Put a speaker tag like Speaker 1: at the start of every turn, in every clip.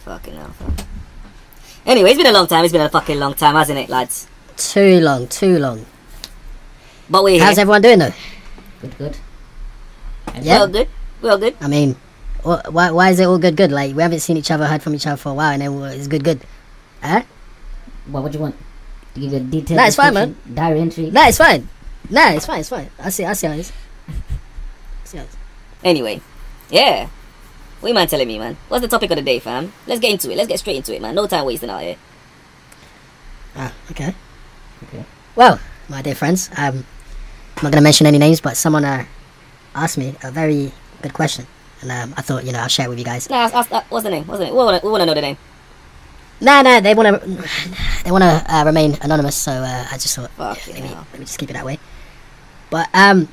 Speaker 1: Fucking hell. fuck. Anyway, it's been a long time. It's been a fucking long time, hasn't it, lads?
Speaker 2: Too long, too long.
Speaker 1: But we're here.
Speaker 2: How's everyone doing though?
Speaker 3: Good, good.
Speaker 2: Yeah.
Speaker 1: Well, good. Well, good.
Speaker 2: I mean, wh- why, why is it all good, good? Like, we haven't seen each other, heard from each other for a while, and then it's good, Eh? good. Huh?
Speaker 3: What would you want? To give you a detailed
Speaker 2: Nah, it's fine, man.
Speaker 3: description, Diary entry.
Speaker 2: Nah, it's fine. Nah, it's fine, it's fine. I see, I see how it is. I see how it is.
Speaker 1: Anyway, yeah. What you man telling me, man? What's the topic of the day, fam? Let's get into it. Let's get straight into it, man. No time wasting out here.
Speaker 2: Ah, okay.
Speaker 3: Okay.
Speaker 2: Well, my dear friends, um, I'm not going to mention any names, but someone uh, asked me a very good question, and um, I thought, you know, I'll share it with you guys.
Speaker 1: Nah, ask, ask, uh, what's the name? What's the name? We wanna, we wanna know the name.
Speaker 2: No, no, they want to, they want to uh, remain anonymous. So uh, I just thought, yeah,
Speaker 1: Fucking
Speaker 2: let, me,
Speaker 1: hell.
Speaker 2: let me just keep it that way. But um,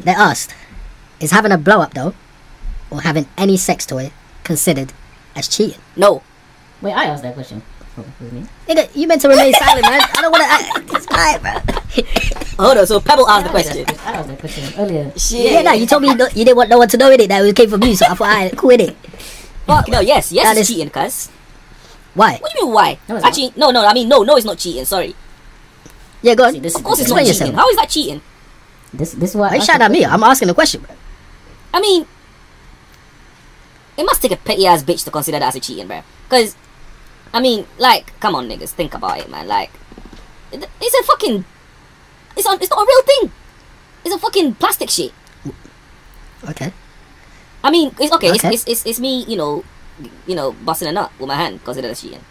Speaker 2: they asked, is having a blow up though, or having any sex toy considered as cheating?
Speaker 1: No.
Speaker 3: Wait, I asked that question. Oh, it was me.
Speaker 2: Nigga, you meant to remain silent, man. I don't want to. It's fine, bro.
Speaker 1: Hold on. So Pebble asked the
Speaker 3: I asked
Speaker 1: question.
Speaker 3: that I asked that question earlier.
Speaker 1: Shit.
Speaker 2: Yeah, no, you told me no, you didn't want no one to know in it that it came from you, so I thought, I cool in it.
Speaker 1: Fuck no. Yes, yes,
Speaker 2: That
Speaker 1: it's
Speaker 2: is-
Speaker 1: cheating, cuz.
Speaker 2: Why?
Speaker 1: What do you mean why?
Speaker 3: No, it's not.
Speaker 1: Actually, no, no. I mean, no, no. It's not cheating. Sorry.
Speaker 2: Yeah, go on.
Speaker 3: See, this
Speaker 1: Of course, it's not
Speaker 2: Explain
Speaker 1: cheating.
Speaker 2: yourself.
Speaker 1: How is that cheating?
Speaker 3: This, this why.
Speaker 2: Why you shouting at me? I'm asking a question, bro.
Speaker 1: I mean, it must take a petty ass bitch to consider that as a cheating, bro. Cause, I mean, like, come on, niggas, think about it, man. Like, it, it's a fucking, it's on, it's not a real thing. It's a fucking plastic shit.
Speaker 2: Okay.
Speaker 1: I mean, it's okay.
Speaker 2: Okay.
Speaker 1: It's, it's it's it's me, you know, you know, busting a nut with my hand, considered as cheating.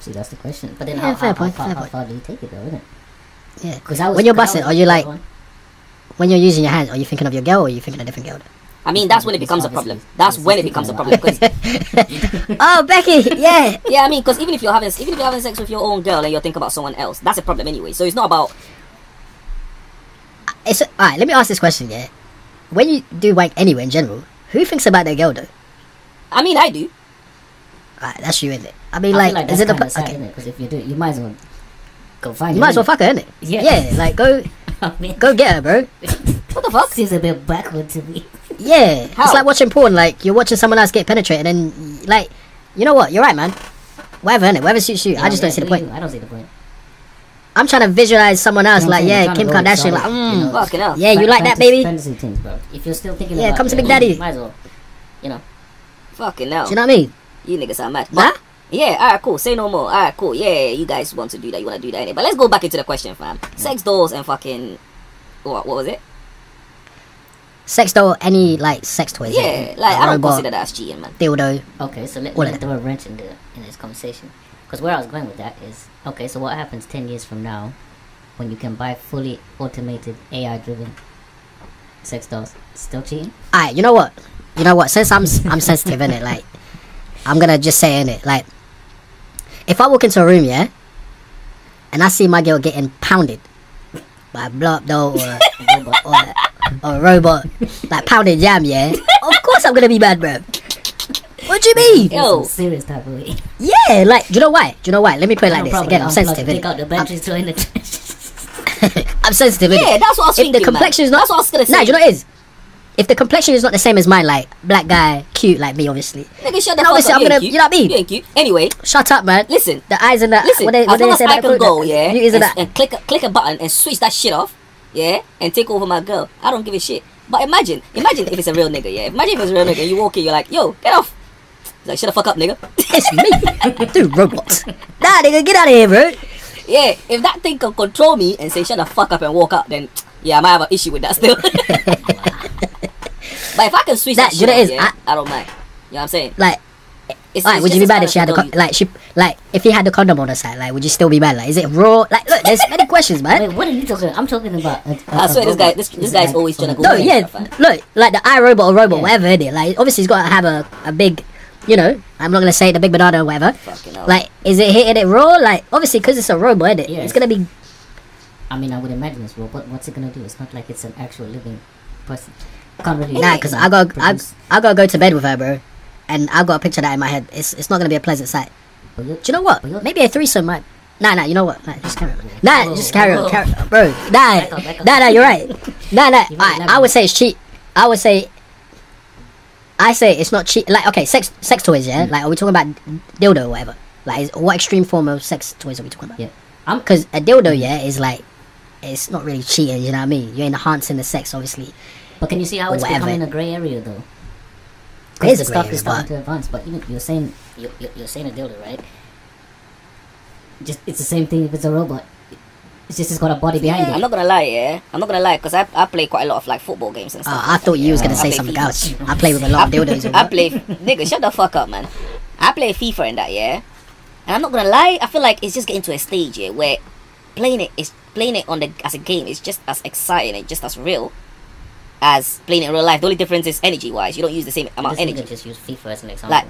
Speaker 3: See, that's the question. But then
Speaker 2: Yeah,
Speaker 3: how,
Speaker 2: fair
Speaker 3: how,
Speaker 2: point,
Speaker 3: how, far-
Speaker 2: fair
Speaker 3: how
Speaker 2: point.
Speaker 3: far do you take it though, isn't it?
Speaker 2: Yeah.
Speaker 3: 'Cause I was,
Speaker 2: when you're
Speaker 3: 'cause I
Speaker 2: busting,
Speaker 3: was-
Speaker 2: are you like when you're using your hands? Are you thinking of your girl, or are you thinking of a different girl?
Speaker 1: I mean, that's when it becomes a problem. That's when it becomes a problem. 'cause-
Speaker 2: oh, Becky, yeah.
Speaker 1: yeah, I mean, because even if you're having even if you're having sex with your own girl and you're thinking about someone else, that's a problem anyway. So it's not about
Speaker 2: It's all right. Let me ask this question, yeah. When you do wank anywhere in general, who thinks about their girl though?
Speaker 1: I mean, I do.
Speaker 2: Alright, that's you, isn't it? I mean, like,
Speaker 3: I feel like
Speaker 2: is it the
Speaker 3: that's kind of sad,
Speaker 2: okay?
Speaker 3: isn't it? Because if you do, it, you might as well go find.
Speaker 2: You might as well fuck her, innit?
Speaker 3: Yeah.
Speaker 2: Yeah, like go,
Speaker 3: fuck.
Speaker 2: go get her, bro.
Speaker 1: What the fuck?
Speaker 3: Seems a bit backward to me.
Speaker 2: Yeah,
Speaker 1: How?
Speaker 2: it's like watching porn. Like you're watching someone else get penetrated, and like, you know what? You're right, man. Whatever, innit? Whatever suits you. I just
Speaker 3: Yeah,
Speaker 2: don't see the
Speaker 3: you-
Speaker 2: point.
Speaker 3: I don't see the point.
Speaker 2: I'm trying to visualize someone else,
Speaker 3: I'm
Speaker 2: like,
Speaker 3: saying, you're
Speaker 2: yeah,
Speaker 3: trying
Speaker 2: Kim
Speaker 3: to go
Speaker 2: Kardashian,
Speaker 3: exotic,
Speaker 2: like, mm,
Speaker 3: you know.
Speaker 1: Fucking hell.
Speaker 2: yeah, you
Speaker 3: Fan-
Speaker 2: like that,
Speaker 3: fantasy-
Speaker 2: baby? Do
Speaker 3: Fantasy things, bro. If you're still thinking
Speaker 2: Yeah,
Speaker 3: about
Speaker 2: come to
Speaker 3: it,
Speaker 2: Big Daddy.
Speaker 3: You might as well, you know.
Speaker 1: Fucking hell.
Speaker 2: you know what I mean?
Speaker 1: You niggas are mad.
Speaker 2: Nah?
Speaker 1: But, yeah, alright, cool. Say no more. Alright, cool. Yeah, you guys want to do that. You want to do that. innit? But let's go back into the question, fam. Sex dolls and fucking. What, what was it?
Speaker 2: Sex doll, any like sex toys?
Speaker 1: Yeah, like,
Speaker 2: a
Speaker 1: I don't
Speaker 2: robot,
Speaker 1: consider that as cheating, man.
Speaker 2: dildo.
Speaker 3: Okay, so let,
Speaker 2: Well,
Speaker 3: let me throw a wrench in, the, in this conversation. Because where I was going with that is, okay, so what happens 10 years from now when you can buy fully automated, AI-driven sex dolls? Still cheating?
Speaker 2: Alright, you know what? You know what? Since I'm I'm sensitive in it, like, I'm gonna just say in it, like, if I walk into a room, yeah, and I see my girl getting pounded by a blow up doll or a robot, or, or a robot like pounded jam, yeah, of course I'm gonna be mad, bro. What do you mean?
Speaker 3: In some
Speaker 1: Yo.
Speaker 3: serious type of way.
Speaker 2: Yeah, like, do you know why? Do you know why? Let me put it like
Speaker 3: No
Speaker 2: this
Speaker 3: problem,
Speaker 2: again. I'm
Speaker 3: unplug,
Speaker 2: sensitive.
Speaker 3: Take
Speaker 2: innit?
Speaker 3: out the batteries, throw in the trash.
Speaker 2: I'm, I'm sensitive. innit?
Speaker 1: Yeah, that's what I was
Speaker 2: if
Speaker 1: thinking.
Speaker 2: the complexion
Speaker 1: man.
Speaker 2: is not
Speaker 1: That's what I was gonna say.
Speaker 2: Nah, do you know what it is? If the complexion is not the same as mine, like black guy, cute like me, obviously.
Speaker 1: Nigga, shut the
Speaker 2: No,
Speaker 1: fuck
Speaker 2: listen,
Speaker 1: up.
Speaker 2: I'm
Speaker 1: you,
Speaker 2: gonna-
Speaker 1: ain't cute.
Speaker 2: you know what I mean?
Speaker 1: You ain't cute. Anyway,
Speaker 2: Shut up, man.
Speaker 1: Listen.
Speaker 2: the eyes and the
Speaker 1: listen.
Speaker 2: What they, what
Speaker 1: as long
Speaker 2: they
Speaker 1: as
Speaker 2: say
Speaker 1: I
Speaker 2: that
Speaker 1: can
Speaker 2: fruit-
Speaker 1: go,
Speaker 2: the
Speaker 1: yeah,
Speaker 2: beauty is in
Speaker 1: and,
Speaker 2: that.
Speaker 1: and click, a, click a button and switch that shit off, yeah, and take over my girl. I don't give a shit. But imagine, imagine if it's a real nigga, yeah. Imagine if it's a real nigga and you walk in, you're like, yo, get off. He's like, shut the fuck up, nigga.
Speaker 2: It's me, dude, robot. Nah, nigga, get out of here, bro.
Speaker 1: Yeah, if that thing can control me and say shut the fuck up and walk out, then yeah, I might have an issue with that still. but if I can switch
Speaker 2: That-
Speaker 1: that,
Speaker 2: you
Speaker 1: shit
Speaker 2: know
Speaker 1: up,
Speaker 2: it is,
Speaker 1: yeah, I, don't mind. You know what I'm saying?
Speaker 2: Like,
Speaker 1: It's,
Speaker 2: alright,
Speaker 1: it's
Speaker 2: would
Speaker 1: just
Speaker 2: you be
Speaker 1: as
Speaker 2: mad
Speaker 1: far
Speaker 2: if
Speaker 1: as
Speaker 2: she had the
Speaker 1: I know
Speaker 2: con-
Speaker 1: you-
Speaker 2: like she like if he had the condom on her side? Like, would you still be mad? Like, is it raw? Like, look, there's many questions, man.
Speaker 3: Wait, what are you talking about? I'm talking about... uh, I
Speaker 1: I swear this guy- this- this guy's always tryna
Speaker 3: uh,
Speaker 1: go
Speaker 2: No,
Speaker 1: Right,
Speaker 2: yeah,
Speaker 1: fine.
Speaker 2: look, like the iRobot or robot,
Speaker 3: Yeah.
Speaker 2: whatever it is. Like, obviously, he's got to have a, a big, you know, I'm not gonna say the big banana or whatever.
Speaker 1: Fucking hell.
Speaker 2: Like, is it hitting it raw? Like, obviously, because it's a robot, is it?
Speaker 3: Yes.
Speaker 2: It's gonna be
Speaker 3: I mean, I would imagine it's robot. What's it gonna do? It's not like it's an actual living person. Can't really.
Speaker 2: Nah, cause I got I, I gotta go to bed with her, bro, and I got a picture of that in my head. It's it's not gonna be a pleasant sight.
Speaker 3: Do
Speaker 2: Do you know what? Maybe a threesome might. Nah, nah. You know what? Nah, just carry on. Nah,
Speaker 3: Whoa,
Speaker 2: just carry on,
Speaker 3: whoa.
Speaker 2: carry on, bro. Nah,
Speaker 3: Back up, back up.
Speaker 2: nah, nah. You're right. Nah, nah.
Speaker 3: You might
Speaker 2: I,
Speaker 3: not
Speaker 2: I
Speaker 3: be.
Speaker 2: would say it's cheap. I would say. I say it's not cheap. Like okay, sex sex toys. Yeah.
Speaker 3: Mm.
Speaker 2: Like are we talking about dildo or whatever? Like is, what extreme form of sex toys are we talking about?
Speaker 3: Yeah, Mm. I'm.
Speaker 2: Because a dildo, yeah, is like it's not really cheating. You know what I mean? You're enhancing the sex, obviously.
Speaker 3: But can you see how it's
Speaker 2: Whatever.
Speaker 3: becoming a gray area
Speaker 2: It
Speaker 3: though?
Speaker 2: is
Speaker 3: Because the
Speaker 2: grey
Speaker 3: stuff
Speaker 2: area,
Speaker 3: is starting
Speaker 2: but-
Speaker 3: to advance. But even you're saying you're, you're, you're saying a dildo, right? Just it's the same thing if it's a robot. It's just it's got a body behind
Speaker 1: I'm
Speaker 3: it.
Speaker 1: not gonna lie, yeah. I'm not gonna lie, cause I, I play quite a lot of like football games and stuff.
Speaker 2: Oh, I thought you was gonna
Speaker 1: I
Speaker 2: say
Speaker 1: play
Speaker 2: something
Speaker 1: FIFA.
Speaker 2: else. I play with a lot of dildos. you know?
Speaker 1: I play nigga, shut the fuck up, man. I play FIFA in that, yeah. And I'm not gonna lie, I feel like it's just getting to a stage yeah, where playing it is playing it on the as a game is just as exciting and just as real as playing it in real life. The only difference is energy wise, you don't use the same amount
Speaker 3: This
Speaker 1: of
Speaker 3: nigga
Speaker 1: energy.
Speaker 3: just use FIFA as an example.
Speaker 1: Like-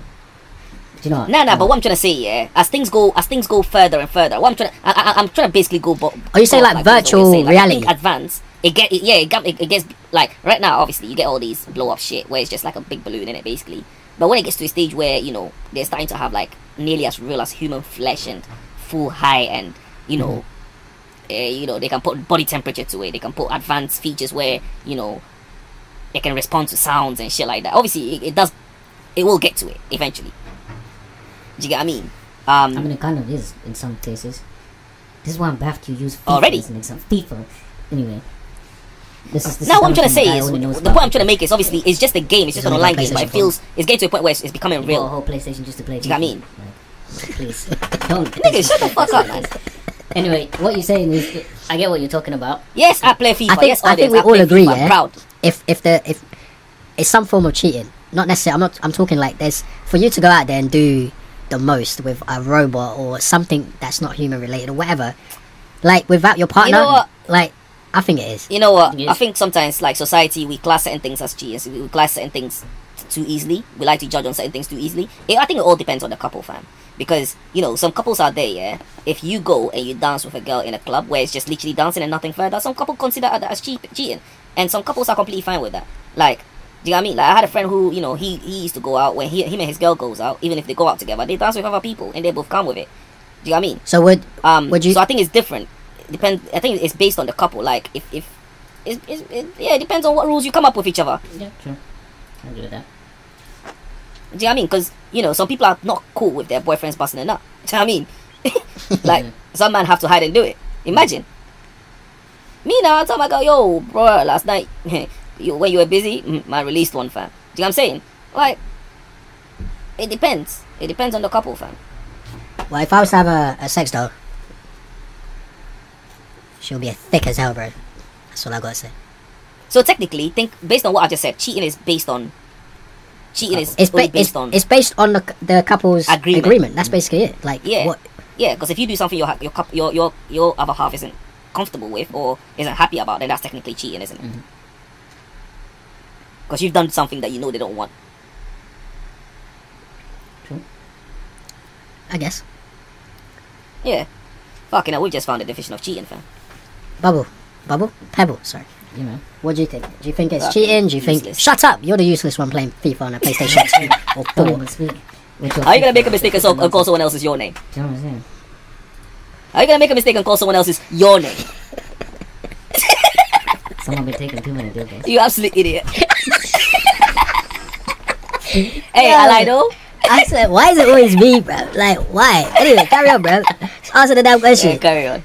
Speaker 3: Do you know? what?
Speaker 1: No, no, but what I'm trying to say, yeah, as things go, as things go further and further, what I'm trying, I, I, I'm trying to basically go. Bo-
Speaker 2: Are you saying,
Speaker 1: go off,
Speaker 2: like,
Speaker 1: what you're
Speaker 2: virtual
Speaker 1: saying, like, I think
Speaker 2: reality?
Speaker 1: advance, it get, it, yeah, it, got- it, it gets like right now. Obviously, you get all these blow up shit where it's just like a big balloon in it, basically. But when it gets to a stage where you know they're starting to have like nearly as real as human flesh and full high and you know uh, you know they can put body temperature to it they can put advanced features where you know they can respond to sounds and shit like that obviously it, it does it will get to it eventually do you get what i mean um
Speaker 3: I mean, it kind of is in some cases. This is why I'm baffed you use FIFA
Speaker 1: Already?
Speaker 3: as an example. FIFA. Anyway. This is, this
Speaker 1: now
Speaker 3: is
Speaker 1: what i'm trying
Speaker 3: coming
Speaker 1: to
Speaker 3: from a guy
Speaker 1: say is
Speaker 3: who only knows
Speaker 1: the
Speaker 3: about
Speaker 1: point i'm
Speaker 3: FIFA.
Speaker 1: trying to make is obviously it's just a game it's just an
Speaker 2: only
Speaker 1: online
Speaker 2: got
Speaker 1: game but it
Speaker 2: PlayStation
Speaker 1: feels it's getting to a point where it's, it's becoming
Speaker 3: You bought a
Speaker 1: real
Speaker 3: whole PlayStation just to play.
Speaker 1: Do you know what I mean?
Speaker 3: FIFA. Like, please don't.
Speaker 1: nigga shut the fuck up man
Speaker 3: Anyway, what you're saying is, I get what you're talking about.
Speaker 1: yes i play fifa
Speaker 2: I think-
Speaker 1: yes
Speaker 2: I think
Speaker 1: audience,
Speaker 2: we
Speaker 1: I play
Speaker 2: all agree,
Speaker 1: FIFA, I'm
Speaker 2: yeah?
Speaker 1: proud
Speaker 2: if if the if it's some form of cheating not necessarily i'm not i'm talking like there's for you to go out there and do the most with a robot or something that's not human related or whatever like without your partner
Speaker 1: what?
Speaker 2: like i think it is
Speaker 1: you know what?
Speaker 3: Yes.
Speaker 1: I think sometimes, like society, we class certain things as cheaters. We we class certain things t- too easily. We like to judge on certain things too easily. It, I think it all depends on the couple, fam. Because you know, some couples out there, yeah. If you go and you dance with a girl in a club where it's just literally dancing and nothing further, some couple consider that as cheap, cheating, and some couples are completely fine with that. Like, do you know what I mean? Like, I had a friend who, you know, he he used to go out when he him and his girl goes out. Even if they go out together, they dance with other people and they both come with it. Do you know what I mean?
Speaker 2: so would
Speaker 1: Um,
Speaker 2: would you
Speaker 1: So I think it's different. It depends. I think it's based on the couple. Like if if it's, it's, it, yeah, it depends on what rules you come up with each other.
Speaker 3: Yeah, true. I agree with that.
Speaker 1: Do you know what I mean? Because you know some people are not cool with their boyfriends busting a nut. Do you know what I mean? like some man have to hide and do it. Imagine. Me now, I tell my girl, yo, bro, last night, you, when you were busy, mm, man released one, fam. Do you know what I'm saying? Like, it depends. It depends on the couple, fam.
Speaker 2: well if i was to have a, a sex doll she'll be a thick as hell bro that's all i gotta say
Speaker 1: So technically, think based on what I just said, cheating is based on cheating is
Speaker 2: Uh, it's,
Speaker 1: only
Speaker 2: ba-
Speaker 1: based
Speaker 2: it's,
Speaker 1: on
Speaker 2: it's based on the, the couple's
Speaker 1: Agreement. Mm.
Speaker 2: agreement. that's basically it like
Speaker 1: Yeah.
Speaker 2: what
Speaker 1: Yeah, because if you do something your ha- your cup your your your other half isn't comfortable with or isn't happy about, then that's technically cheating, isn't it?
Speaker 2: Mm-hmm.
Speaker 1: Because you've done something that you know they don't want.
Speaker 2: i guess
Speaker 1: Yeah. Fucking hell, we just found the definition of cheating, fam.
Speaker 2: bubble bubble pebble sorry
Speaker 3: You know.
Speaker 2: What do you think? Do you think it's
Speaker 1: Fucking
Speaker 2: cheating? Do you think?
Speaker 1: useless.
Speaker 2: Shut up! You're the useless one playing FIFA on a PlayStation 2 or 4.
Speaker 3: Don't even speak.
Speaker 1: Are you gonna make a mistake and, so- and call someone else's your name?
Speaker 3: Do you know what I'm saying?
Speaker 1: Are you gonna make a mistake and call someone else's your name?
Speaker 3: Someone been taking too many dildos.
Speaker 1: You absolute idiot. hey, I though.
Speaker 2: I said, why is it always me, bro? Like, why? Anyway, carry on, bro. Just answer the damn
Speaker 1: Yeah,
Speaker 2: question.
Speaker 1: carry on.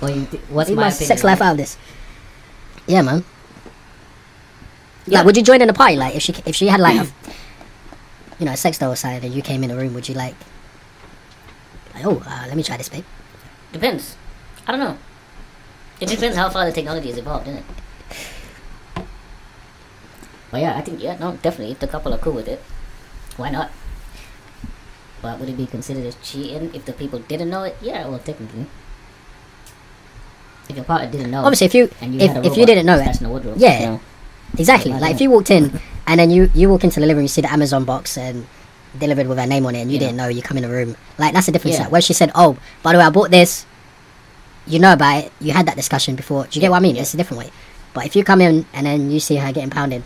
Speaker 3: Well, you th- what's
Speaker 2: Leave my
Speaker 3: my opinion?
Speaker 2: sex life out of this. Yeah, man. Like, would you join in a party? Like, if she if she had like, a, you know, a sex doll side and you came in the room, would you like? Like, oh, uh, let me try this, babe.
Speaker 3: Depends. I don't know. It depends how far the technology has evolved, isn't it? But yeah, I think yeah, no, definitely. If the couple are cool with it, why not? But would it be considered as cheating if the people didn't know it? Yeah, well, technically. If your partner didn't know,
Speaker 2: Obviously, if you,
Speaker 3: Oh. and you
Speaker 2: if,
Speaker 3: had a
Speaker 2: if you
Speaker 3: robot
Speaker 2: didn't know
Speaker 3: stashed
Speaker 2: it,
Speaker 3: in the wardrobe,
Speaker 2: Yeah.
Speaker 3: you know,
Speaker 2: Exactly.
Speaker 3: Yeah,
Speaker 2: Like
Speaker 3: yeah.
Speaker 2: if you walked in and then you you walk into the living room, you see the Amazon box and delivered with her name on it, and you
Speaker 3: Yeah.
Speaker 2: didn't know, you come in the room. Like that's a different
Speaker 3: Yeah.
Speaker 2: set. Where she said, "Oh, by the way, I bought this," you know about it. You had that discussion before. Do you get what I mean? It's a different way. But if you come in and then you see her getting pounded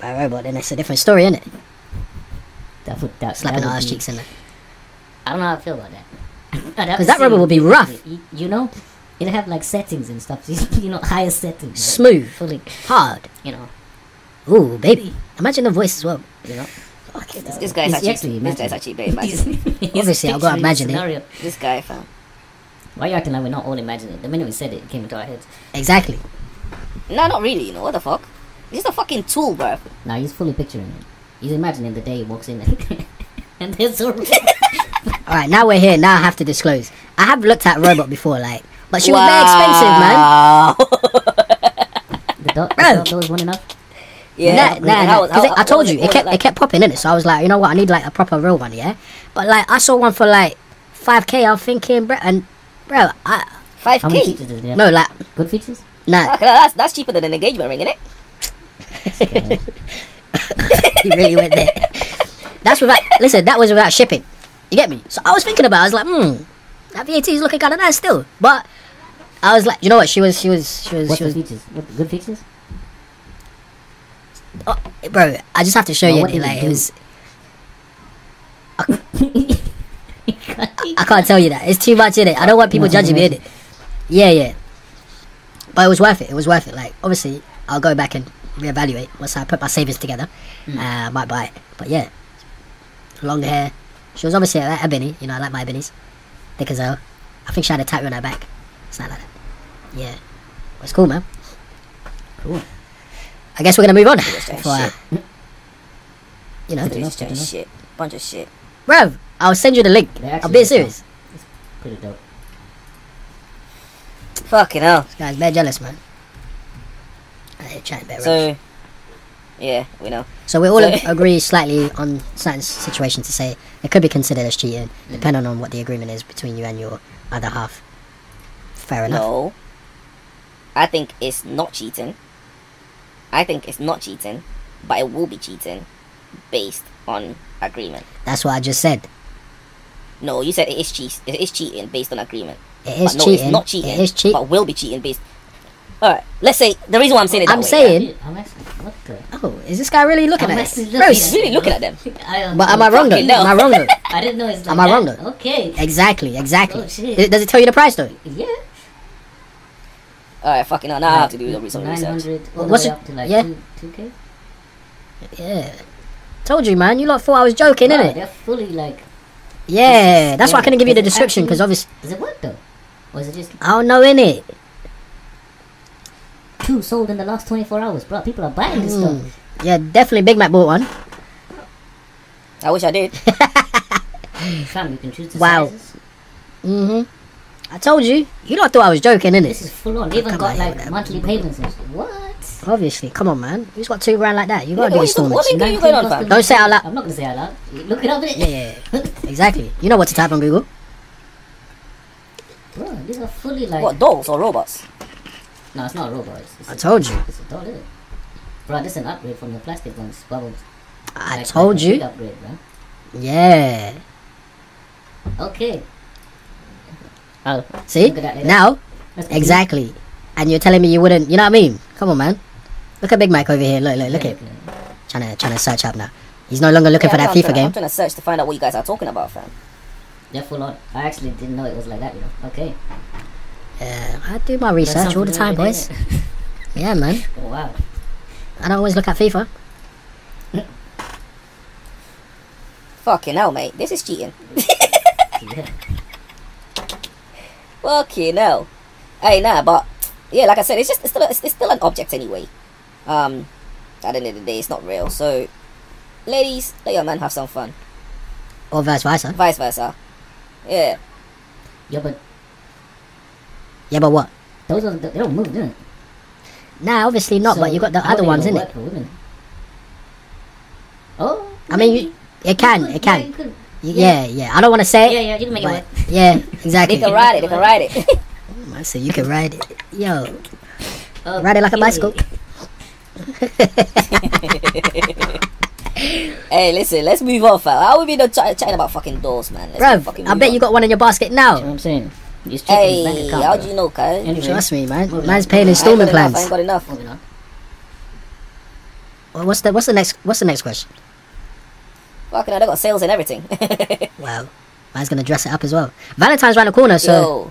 Speaker 2: by a robot, then it's a different story, innit?
Speaker 3: That would that,
Speaker 2: Slapping
Speaker 3: that would
Speaker 2: her ass
Speaker 3: be-
Speaker 2: cheeks in it.
Speaker 3: I don't know how I feel about that.
Speaker 2: Because that rubber will be rough.
Speaker 3: You, you know, it'll have like settings and stuff. You know, higher settings.
Speaker 2: Smooth.
Speaker 3: Fully,
Speaker 2: Hard.
Speaker 3: you know,
Speaker 2: Ooh, baby. Imagine the voice as well.
Speaker 3: you know.
Speaker 2: Fucking
Speaker 1: This,
Speaker 2: hell.
Speaker 1: this guy's
Speaker 3: He's
Speaker 1: actually,
Speaker 3: actually
Speaker 1: this guy's
Speaker 3: imagining.
Speaker 1: actually very much.
Speaker 2: Obviously, I've gotta imagine it.
Speaker 3: scenario.
Speaker 1: this guy, fam.
Speaker 3: Why you acting like we're not all imagining it? The minute we said it, it came into our heads.
Speaker 2: Exactly.
Speaker 1: No, not really. You know what the fuck? This is a fucking tool, bro.
Speaker 3: Now he's fully picturing it. He's imagining the day he walks in and, and there's a
Speaker 2: All right, now we're here. Now I have to disclose. I have looked at robot before, like, but she was very expensive, man.
Speaker 3: the dot.
Speaker 2: Bro.
Speaker 3: The dot was one enough.
Speaker 1: yeah,
Speaker 2: nah, nah,
Speaker 1: and
Speaker 2: nah.
Speaker 1: how-
Speaker 2: 'Cause
Speaker 1: how-
Speaker 2: it- I
Speaker 1: how
Speaker 2: told
Speaker 1: was
Speaker 2: you,
Speaker 1: what
Speaker 2: it
Speaker 1: was
Speaker 2: kept it
Speaker 1: like?
Speaker 2: kept popping in it. So I was like, you know what? I need like a proper real one, yeah. But like, I saw one for like five k. I'm thinking, bro, and bro, I
Speaker 1: five
Speaker 3: How many
Speaker 1: k.
Speaker 3: features does it have?
Speaker 2: no like,
Speaker 3: Good features.
Speaker 2: nah.
Speaker 1: That's that's cheaper than an engagement ring, isn't it?
Speaker 2: he really went there. That's without. Listen, that was without shipping. You get me? So I was thinking about. it. I was like, hmm, that VAT is looking kind of nice still. But I was like, you know what? She was, she was, she was,
Speaker 3: What's
Speaker 2: she
Speaker 3: the
Speaker 2: was.
Speaker 3: features? What, good features?
Speaker 2: Oh, bro, I just have to show
Speaker 3: Well,
Speaker 2: you.
Speaker 3: what
Speaker 2: It,
Speaker 3: did it
Speaker 2: like, it
Speaker 3: do?
Speaker 2: was. I can't tell you that. It's too much in it. I don't want people
Speaker 3: No,
Speaker 2: judging me in
Speaker 3: imagine.
Speaker 2: it. Yeah, yeah. But it was worth it. It was worth it. Like obviously, I'll go back and reevaluate once I put my savings together.
Speaker 3: Hmm.
Speaker 2: Uh, I might buy it. But yeah, long hair. She was obviously a ebony. You know, I like my ebonies. Thick as hell. uh, I think she had a tattoo on her back. It's not like that. Yeah, Well, it's cool, man.
Speaker 3: Cool.
Speaker 2: I guess we're gonna move on.
Speaker 1: that
Speaker 2: Before I, you know,
Speaker 1: It's
Speaker 3: enough, good
Speaker 1: just
Speaker 3: enough.
Speaker 1: shit. Bunch of shit.
Speaker 2: bro, I'll send you the link.
Speaker 3: They're
Speaker 2: I'm
Speaker 3: actually
Speaker 2: being
Speaker 3: good
Speaker 2: serious.
Speaker 3: It's pretty dope.
Speaker 1: Fucking hell.
Speaker 2: Guys, bad jealous, man. I chatting bad
Speaker 1: So,
Speaker 2: rubbish.
Speaker 1: yeah, we know.
Speaker 2: So we all
Speaker 1: So-
Speaker 2: ag- agree slightly on certain s- situations to say it could be considered as cheating, depending on what the agreement is between you and your other half. Fair enough.
Speaker 1: No. I think it's not cheating. I think it's not cheating, but it will be cheating based on agreement.
Speaker 2: That's what I just said.
Speaker 1: No, you said it is cheat. It is cheating based on agreement.
Speaker 2: It is
Speaker 1: but no,
Speaker 2: cheating.
Speaker 1: it's not cheating.
Speaker 2: It is cheating.
Speaker 1: But will be cheating based. All right. Let's say the reason why I'm saying it. that
Speaker 2: I'm
Speaker 1: way,
Speaker 2: saying-
Speaker 1: yeah.
Speaker 2: In?
Speaker 3: I'm actually, what the?
Speaker 2: Oh, is this guy really looking
Speaker 3: I'm
Speaker 2: at
Speaker 3: actually
Speaker 2: it?
Speaker 3: looking
Speaker 2: Bro,
Speaker 1: He's really looking at them.
Speaker 3: I don't
Speaker 2: but am
Speaker 3: know.
Speaker 2: I wrong though?
Speaker 1: Fucking no.
Speaker 2: Am I wrong though?
Speaker 3: I didn't know it's like
Speaker 2: Am I
Speaker 3: that.
Speaker 2: wrong though?
Speaker 3: Okay.
Speaker 2: exactly, exactly.
Speaker 3: Oh, shit.
Speaker 2: It- Does it tell you the price though?
Speaker 3: Yeah.
Speaker 1: All right. Fucking hell. Now I have to do the reason research.
Speaker 3: 900 all the
Speaker 2: What's
Speaker 3: way
Speaker 2: it-
Speaker 3: up to like
Speaker 2: yeah.
Speaker 3: 2, 2K?
Speaker 2: Yeah. Told you, man. You lot thought I was joking,
Speaker 3: Wow,
Speaker 2: innit?
Speaker 3: They're fully like.
Speaker 2: Yeah. That's why I
Speaker 3: yeah.
Speaker 2: couldn't give you the
Speaker 3: Does it
Speaker 2: description because
Speaker 3: actually-
Speaker 2: obviously
Speaker 3: Is it what though? Or is it just
Speaker 2: I don't know innit.
Speaker 3: two sold in the last 24 hours, bro? People are buying this
Speaker 2: Mm.
Speaker 3: stuff.
Speaker 2: Yeah, definitely. Big Mac bought one.
Speaker 1: I wish I did.
Speaker 3: Fam, you can choose the
Speaker 2: Hmm. Wow.
Speaker 3: sizes.
Speaker 2: Mhm. I told you. You lot thought I was joking, innit?
Speaker 3: This is full on. They even
Speaker 2: Come
Speaker 3: got
Speaker 2: on,
Speaker 3: like
Speaker 2: yeah.
Speaker 3: monthly payments and shit. What?
Speaker 2: Obviously, come on, man. Who's got two grand like that? You gotta
Speaker 1: Yeah,
Speaker 2: do
Speaker 1: what you- what
Speaker 2: installments.
Speaker 1: you- going on, fam?
Speaker 2: Don't say it out loud.
Speaker 3: I'm not gonna say out loud. Look it up. innit?
Speaker 2: Yeah, yeah, yeah. exactly. You know what to type on Google.
Speaker 3: Bro, these are fully like.
Speaker 1: What dolls or robots?
Speaker 3: No, it's not a robot. It's, it's
Speaker 2: I
Speaker 3: a-
Speaker 2: told you.
Speaker 3: It's a doll, isn't it? Bro, this is an upgrade from the plastic ones. Bubbles.
Speaker 2: I
Speaker 3: Like,
Speaker 2: told
Speaker 3: like a big
Speaker 2: you.
Speaker 3: Upgrade, bro.
Speaker 2: Yeah.
Speaker 3: Okay. Oh,
Speaker 2: See?
Speaker 3: Look at that, yeah.
Speaker 2: Now,
Speaker 3: that's the-
Speaker 2: exactly. And you're telling me you wouldn't, you know what I mean? Come on, man. Look at Big Mike over here. Look, look, look
Speaker 3: Yeah,
Speaker 2: at him. Trying to, trying to search up now. He's no longer looking
Speaker 1: Yeah,
Speaker 2: for that
Speaker 1: I'm
Speaker 2: FIFA
Speaker 1: trying, I'm
Speaker 2: game.
Speaker 1: trying to search to find out what you guys are talking about, fam.
Speaker 3: They're full on. I actually didn't know it was like that, you know. Okay.
Speaker 2: Yeah, I do my
Speaker 3: Learn
Speaker 2: research all the
Speaker 3: something
Speaker 2: time,
Speaker 3: every day,
Speaker 2: boys.
Speaker 3: innit?
Speaker 2: Yeah, man.
Speaker 3: Oh, wow.
Speaker 2: I don't always look at FIFA.
Speaker 1: Fucking hell, mate. This is cheating.
Speaker 3: Yeah.
Speaker 1: Fucking hell. Hey, nah, but yeah, like I said, it's just it's still it's, it's still an object anyway. Um, at the end of the day, it's not real. So, ladies, let your man have some fun.
Speaker 2: Or vice versa.
Speaker 1: Vice versa. Yeah.
Speaker 3: Yeah, but
Speaker 2: Yeah, but what?
Speaker 3: those are the, they don't move, do they?
Speaker 2: Nah, obviously not,
Speaker 3: So
Speaker 2: but you got the
Speaker 3: how
Speaker 2: other
Speaker 3: they
Speaker 2: ones,
Speaker 3: gonna
Speaker 2: innit?
Speaker 3: work for women? Oh.
Speaker 2: I mean,
Speaker 3: maybe.
Speaker 2: you, it can,
Speaker 3: could-
Speaker 2: it can. Eh,
Speaker 3: you could-
Speaker 2: Y- Yeah, yeah. I don't want to say it.
Speaker 3: Yeah, yeah, you can make it
Speaker 2: but-
Speaker 3: work.
Speaker 2: Yeah,
Speaker 1: They
Speaker 2: exactly.
Speaker 1: can ride it. They can ride it.
Speaker 2: I say you can ride it. Yo,
Speaker 3: Oh,
Speaker 2: ride it like a
Speaker 3: yeah.
Speaker 2: bicycle.
Speaker 1: hey, listen, let's move on, fam. How we been ch- chatting about fucking doors, man? Let's
Speaker 2: Bruv,
Speaker 1: fucking
Speaker 2: I
Speaker 1: move
Speaker 2: bet
Speaker 1: on.
Speaker 2: you got one in your basket
Speaker 3: You know
Speaker 2: now.
Speaker 3: what I'm saying? He's checking
Speaker 1: Hey,
Speaker 3: his bank account.
Speaker 1: how
Speaker 3: bro.
Speaker 1: do you know, cuz?
Speaker 3: Anyway,
Speaker 2: Trust me, man.
Speaker 3: Moving
Speaker 2: Man's
Speaker 3: on.
Speaker 2: paying installment
Speaker 1: I ain't got enough, I
Speaker 2: plans.
Speaker 1: ain't got enough.
Speaker 3: moving on.
Speaker 2: Wha- What's the What's the next What's the next question?
Speaker 1: Fucking hell, they got sales and everything.
Speaker 2: Wow, man's gonna dress it up as well. Valentine's round the corner, so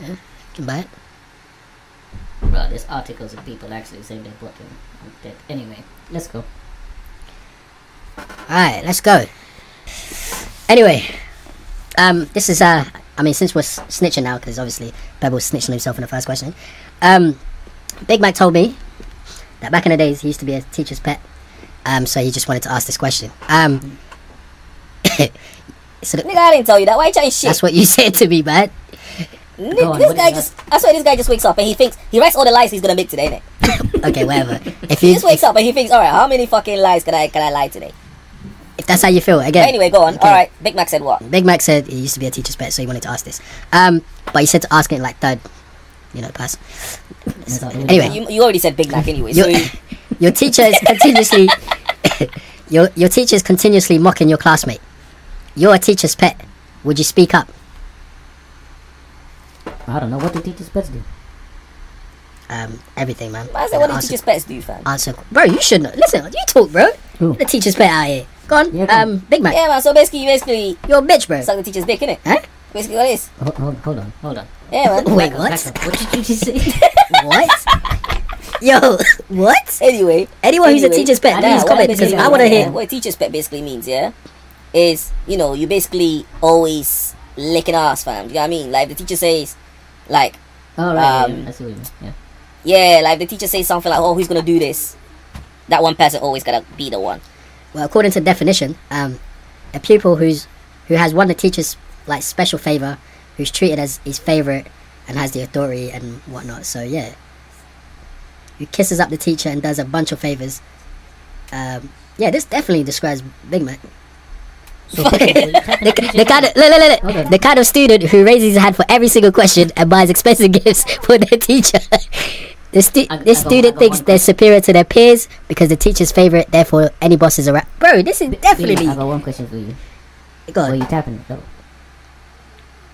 Speaker 1: Yo,
Speaker 2: you can buy it.
Speaker 3: Bro, there's articles of people actually saying they bought them. I'm dead. Anyway, let's go.
Speaker 2: All right, let's go. Anyway, um, this is uh, I mean, since we're s- snitching now, because obviously Pebble's snitching himself in the first question. Um, Big Mac told me that back in the days he used to be a teacher's pet. Um, so he just wanted to ask this question. Um, so th-
Speaker 1: nigga, I didn't tell you that. Why you chatting shit?
Speaker 2: that's what you said to me, man.
Speaker 1: Ni-
Speaker 3: Go on,
Speaker 1: this
Speaker 3: what
Speaker 1: guy
Speaker 3: did you
Speaker 1: just, I swear this guy just wakes up and he thinks, he writes all the lies he's gonna make today, innit?
Speaker 2: Okay, whatever. If
Speaker 1: He
Speaker 2: you
Speaker 1: just wakes up and he thinks, alright, how many fucking lies can I can I lie today?
Speaker 2: if that's how you feel, again.
Speaker 1: Anyway, go on.
Speaker 2: okay.
Speaker 1: Alright, Big Mac said what?
Speaker 2: Big Mac said he used to be a teacher's pet, so he wanted to ask this. Um, but he said to ask it in, like third, you know, person.
Speaker 3: Is that all
Speaker 2: Anyway.
Speaker 3: about?
Speaker 1: You, you already said Big Mac anyway, so
Speaker 2: your,
Speaker 1: you,
Speaker 2: your teacher is continuously your your teacher is continuously mocking your classmate. You're a teacher's pet. Would you speak up?
Speaker 3: I don't know what the teachers pets do.
Speaker 2: Um, everything, man.
Speaker 1: I said,
Speaker 2: You
Speaker 1: what
Speaker 2: know,
Speaker 1: do
Speaker 2: answer,
Speaker 1: teachers' pets do, fam?
Speaker 2: answer, bro. You should know. Listen, you talk, bro.
Speaker 3: Who?
Speaker 2: You're the teacher's pet out here. Go on,
Speaker 3: Yeah, go on.
Speaker 2: um, Big Mac.
Speaker 1: Yeah, man, so basically, you basically
Speaker 2: You're a bitch, bro.
Speaker 1: suck the teacher's dick, innit?
Speaker 2: huh?
Speaker 1: Basically, what it is.
Speaker 3: Hold, hold, hold on, hold on.
Speaker 1: Yeah, man.
Speaker 2: Wait,
Speaker 3: Back
Speaker 2: what?
Speaker 3: up. What did you just say?
Speaker 2: what? Yo, what?
Speaker 1: Anyway,
Speaker 2: Anyone who's a
Speaker 1: anyway,
Speaker 2: teacher's pet,
Speaker 1: nah,
Speaker 2: please
Speaker 1: what
Speaker 2: comment,
Speaker 1: basically
Speaker 2: because I
Speaker 1: mean,
Speaker 2: wanna
Speaker 1: yeah,
Speaker 2: hear.
Speaker 1: What a teacher's pet basically means, yeah, is, you know, you basically always licking ass, fam. You know what I mean? Like, the teacher says, like,
Speaker 3: All right,
Speaker 1: Um,
Speaker 3: yeah, I see what you mean. Yeah.
Speaker 1: yeah, like, the teacher says something like, oh, who's gonna do this? That one person always gotta be the one.
Speaker 2: Well, according to definition, um, a pupil who's who has won the teacher's like special favor, who's treated as his favorite and has the authority and whatnot. So yeah, who kisses up the teacher and does a bunch of favors. Um, yeah, this definitely describes Big Mac.
Speaker 3: So, basically, what type
Speaker 2: The,
Speaker 3: of
Speaker 2: the
Speaker 3: teacher-
Speaker 2: kind of look, look, look, look.
Speaker 3: Hold on.
Speaker 2: the kind of student who raises his hand for every single question and buys expensive gifts for their teacher. The stu-
Speaker 3: I- I
Speaker 2: this
Speaker 3: got- I
Speaker 2: student
Speaker 3: got
Speaker 2: thinks
Speaker 3: one
Speaker 2: they're superior to their peers because the teacher's favorite. Therefore, any boss is around. Bro, this is definitely.
Speaker 3: I got one question for you.
Speaker 2: Go
Speaker 3: Were
Speaker 2: on.
Speaker 3: you tapping it though?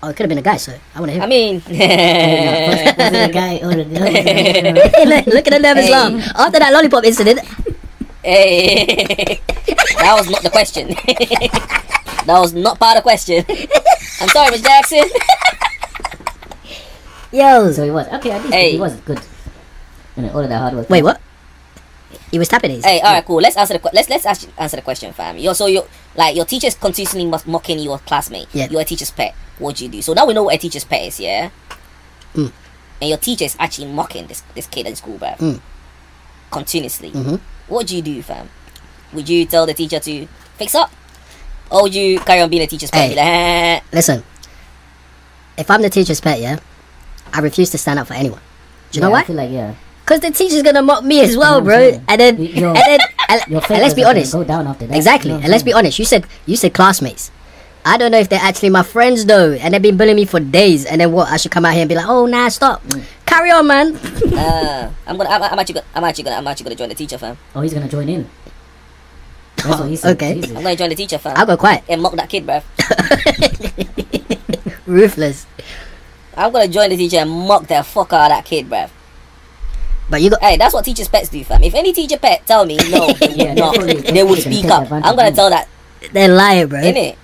Speaker 2: Oh, it could have been a guy, so I want to hear.
Speaker 1: I mean,
Speaker 3: Was
Speaker 1: yeah,
Speaker 3: it a guy or a girl?
Speaker 2: Hey, look, look at the nervous
Speaker 1: Hey.
Speaker 2: laugh. After that lollipop incident,
Speaker 1: Hey, that was not the question. that was not part of the question. I'm sorry, Miss Jackson.
Speaker 2: yo.
Speaker 3: So he was. Okay, at least
Speaker 1: Hey.
Speaker 3: he was good. And all of that hard work.
Speaker 2: Wait, what? He was tapping his.
Speaker 1: hey, uh, all right, cool. Let's answer the que- let's let's ask, answer the question, fam. You're, so you like your teacher's continuously mo- mocking your classmate.
Speaker 2: Yeah.
Speaker 1: You're a teacher's pet. What do you do? So now we know what a teacher's pet is, yeah.
Speaker 2: Mm.
Speaker 1: And your teacher is actually mocking this this kid at school, bruv.
Speaker 2: Mm.
Speaker 1: Continuously.
Speaker 2: Mhm.
Speaker 1: What do you do, fam? Would you tell the teacher to fix up, or would you carry on being a teacher's pet?
Speaker 2: Hey.
Speaker 1: Be like,
Speaker 2: Listen, if I'm the teacher's pet, yeah, I refuse to stand up for anyone. Do you know
Speaker 3: Yeah, I
Speaker 2: why?
Speaker 3: feel like yeah.
Speaker 2: Because the teacher's gonna mock me as well,
Speaker 3: Mhm,
Speaker 2: bro.
Speaker 3: yeah.
Speaker 2: And then,
Speaker 3: Y- your-
Speaker 2: and then, and,
Speaker 3: Your
Speaker 2: and let's
Speaker 3: favors
Speaker 2: be
Speaker 3: are gonna
Speaker 2: honest.
Speaker 3: Go down after that.
Speaker 2: Exactly.
Speaker 3: You know
Speaker 2: And let's be
Speaker 3: what
Speaker 2: honest. You said you said classmates. I don't know if they're actually my friends though, and they've been bullying me for days. And then what? I should come out here and be like, "Oh, nah, stop. Carry on, man."
Speaker 1: uh, I'm gonna, I'm, I'm actually, gonna, I'm actually gonna, I'm actually gonna join the teacher, fam.
Speaker 3: I'm saying? Oh, he's gonna join in. That's what he said.
Speaker 2: Okay.
Speaker 3: Jesus.
Speaker 1: I'm gonna join the teacher, fam.
Speaker 2: I'll go quiet.
Speaker 1: and mock that kid, bruv.
Speaker 2: Ruthless.
Speaker 1: I'm gonna join the teacher and mock the fuck out of that kid, bruv.
Speaker 2: But you got
Speaker 1: Hey, that's what teachers' pets do, fam. If any teacher pet tell me no, they
Speaker 3: Yeah,
Speaker 1: would not,
Speaker 3: they probably-
Speaker 1: they would
Speaker 3: they can
Speaker 1: speak
Speaker 3: take
Speaker 1: up.
Speaker 3: advantage
Speaker 1: I'm gonna
Speaker 3: of
Speaker 1: tell that,
Speaker 2: they're lying, bro.
Speaker 1: innit?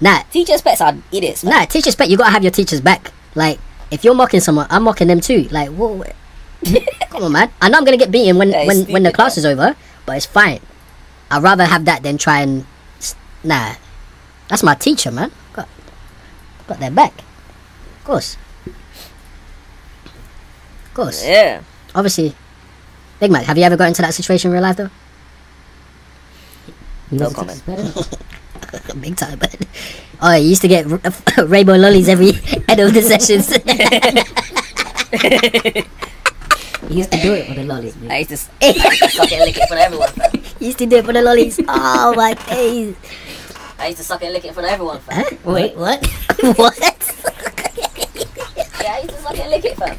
Speaker 2: Nah,
Speaker 1: Teachers' pets are idiots. fam.
Speaker 2: nah. Teachers pet. You gotta have your teachers back. Like if you're mocking someone, I'm mocking them too. Like whoa. Come on, man. I know I'm gonna get beaten when
Speaker 1: Yeah, it's
Speaker 2: when when the
Speaker 1: stupid,
Speaker 2: class
Speaker 1: man.
Speaker 2: is over, but it's fine. I'd rather have that than try and s- nah. That's my teacher, man. Got got their back. Of course. Of course.
Speaker 1: Yeah.
Speaker 2: Obviously. Big Mac, have you ever got into that situation in real life though?
Speaker 3: He
Speaker 1: No
Speaker 3: was a
Speaker 1: comment.
Speaker 3: success better.
Speaker 2: Big time, but oh, I used to get r- rainbow lollies every end of the sessions.
Speaker 3: He used to do it with the lollies,
Speaker 1: I
Speaker 3: man.
Speaker 1: used to s- suck and lick it for everyone, fam.
Speaker 2: used to do it for the lollies. Oh my days!
Speaker 1: I used to suck and lick it for everyone, fam.
Speaker 3: Wait, what?
Speaker 2: what?
Speaker 1: Yeah, I used to suck and lick it, fam.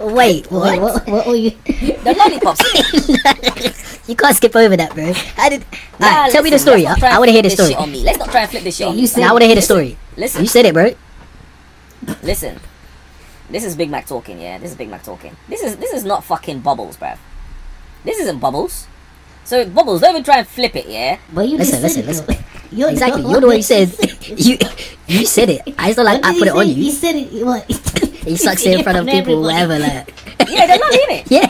Speaker 2: Wait, what?
Speaker 3: Wait, what? What were you?
Speaker 1: The lollipops.
Speaker 2: You can't skip over that, bro. I did.
Speaker 1: Nah,
Speaker 2: Alright, tell me the
Speaker 1: listen,
Speaker 2: story. I,
Speaker 1: let's not try and
Speaker 2: want to
Speaker 1: flip
Speaker 2: hear the
Speaker 1: this
Speaker 2: story.
Speaker 1: shit on me. Let's not try and flip this shit on
Speaker 3: You
Speaker 1: me,
Speaker 3: said-
Speaker 1: fam.
Speaker 2: I want to hear the
Speaker 1: Listen,
Speaker 2: story.
Speaker 1: Listen,
Speaker 2: You said it, bro.
Speaker 1: Listen, this is Big Mac talking. Yeah, this is Big Mac talking. This is this is not fucking bubbles, bruv. This isn't bubbles. So bubbles, don't even try and flip it. Yeah,
Speaker 3: But you
Speaker 2: Listen,
Speaker 3: just said
Speaker 2: listen,
Speaker 3: it, though. You're
Speaker 2: Exactly. You're the one who said you. You said it. I just don't like.
Speaker 3: What
Speaker 2: I
Speaker 3: did
Speaker 2: put
Speaker 3: he
Speaker 2: it on
Speaker 3: say?
Speaker 2: you.
Speaker 3: He said it. What?
Speaker 2: He sucks it in front of people, whatever. Like,
Speaker 1: yeah, they're not in it.
Speaker 2: yeah,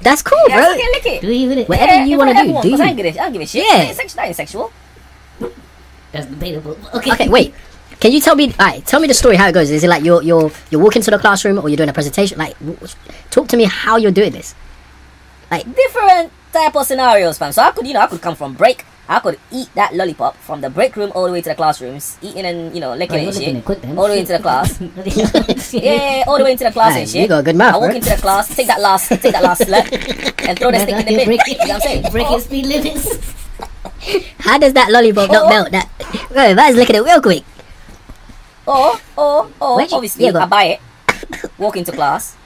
Speaker 2: that's cool,
Speaker 1: Yeah,
Speaker 2: bro.
Speaker 1: fucking lick it.
Speaker 3: Do you even?
Speaker 2: Wait. whatever you
Speaker 1: in front
Speaker 2: wanna
Speaker 1: of
Speaker 2: do,
Speaker 1: everyone,
Speaker 2: do
Speaker 1: 'cause I
Speaker 2: you?
Speaker 1: don't give a, I don't give a shit.
Speaker 2: Yeah.
Speaker 1: That ain't sexual. That ain't sexual.
Speaker 3: That's debatable. Okay.
Speaker 2: Okay, wait. Can you tell me? Alright, tell me the story how it goes. Is it like you're you're you're walking to the classroom or you're doing a presentation? Like, w- w- talk to me how you're doing this.
Speaker 1: different type of scenarios, fam. So I could, you know, I could come from break. I could eat that lollipop from the break room all the way to the classrooms, eating and you know
Speaker 3: Oh,
Speaker 1: licking
Speaker 3: you're
Speaker 1: and
Speaker 3: looking
Speaker 1: shit,
Speaker 3: at quick, then.
Speaker 1: all the way into the class. Yeah, all the way into the class
Speaker 2: Man,
Speaker 1: and shit.
Speaker 2: you got a good mouth,
Speaker 1: I walk
Speaker 2: bro.
Speaker 1: into the class, take that last, take that last slurp, and throw the stick in the
Speaker 3: You're
Speaker 1: bin.
Speaker 3: breaking-
Speaker 1: you know what I'm saying?
Speaker 3: Breaking speed limits.
Speaker 2: How does that lollipop not
Speaker 1: Oh.
Speaker 2: melt? That bro, man's looking at it real quick.
Speaker 1: Or, or, or,
Speaker 2: Where'd you-
Speaker 1: obviously,
Speaker 2: yeah, go
Speaker 1: I
Speaker 2: on.
Speaker 1: buy it, walk into class,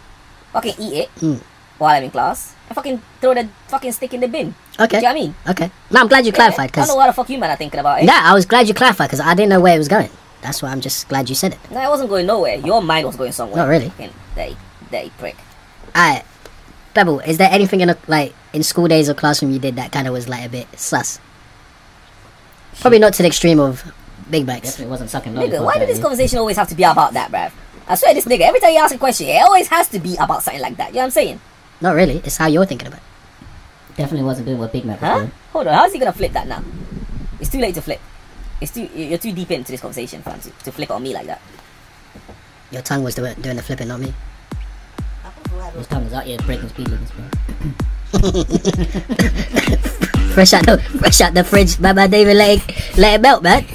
Speaker 1: fucking eat it
Speaker 2: Mm.
Speaker 1: while I'm in class, and fucking throw the fucking stick in the bin.
Speaker 2: Okay.
Speaker 1: Do you know what I mean?
Speaker 2: Okay. No, I'm glad you clarified
Speaker 1: I don't
Speaker 2: because
Speaker 1: know why the fuck you man are thinking about it.
Speaker 2: nah, I was glad you clarified because I didn't know where it was going. That's why I'm just glad you said it.
Speaker 1: No, it wasn't going nowhere. Your mind was going somewhere.
Speaker 2: Not really.
Speaker 1: Fucking Dirty, dirty prick.
Speaker 2: Alright, Pebble, is there anything in a, like in school days or classroom you did that kind of was like a bit sus? Probably not to the extreme of big bags.
Speaker 3: Definitely wasn't sucking
Speaker 1: Nigga,
Speaker 3: lollipop.
Speaker 1: why did
Speaker 3: that
Speaker 1: this
Speaker 3: is.
Speaker 1: conversation always have to be about that, bruv? I swear this nigga, every time you ask a question, it always has to be about something like that. You know what I'm saying?
Speaker 2: Not really. It's how you're thinking about. it.
Speaker 3: Definitely wasn't doing what Big Mac was
Speaker 1: Huh?
Speaker 3: doing.
Speaker 1: Hold on, how's he gonna flip that now? It's too late to flip. It's too you- you're too deep into this conversation, fam, to, to flip it on me like that.
Speaker 2: Your tongue was doing, doing the flipping, not me.
Speaker 3: His tongue was out here breaking speed limits, bro.
Speaker 2: Fresh out the fresh out the fridge, man. man David, let it, let it melt, man.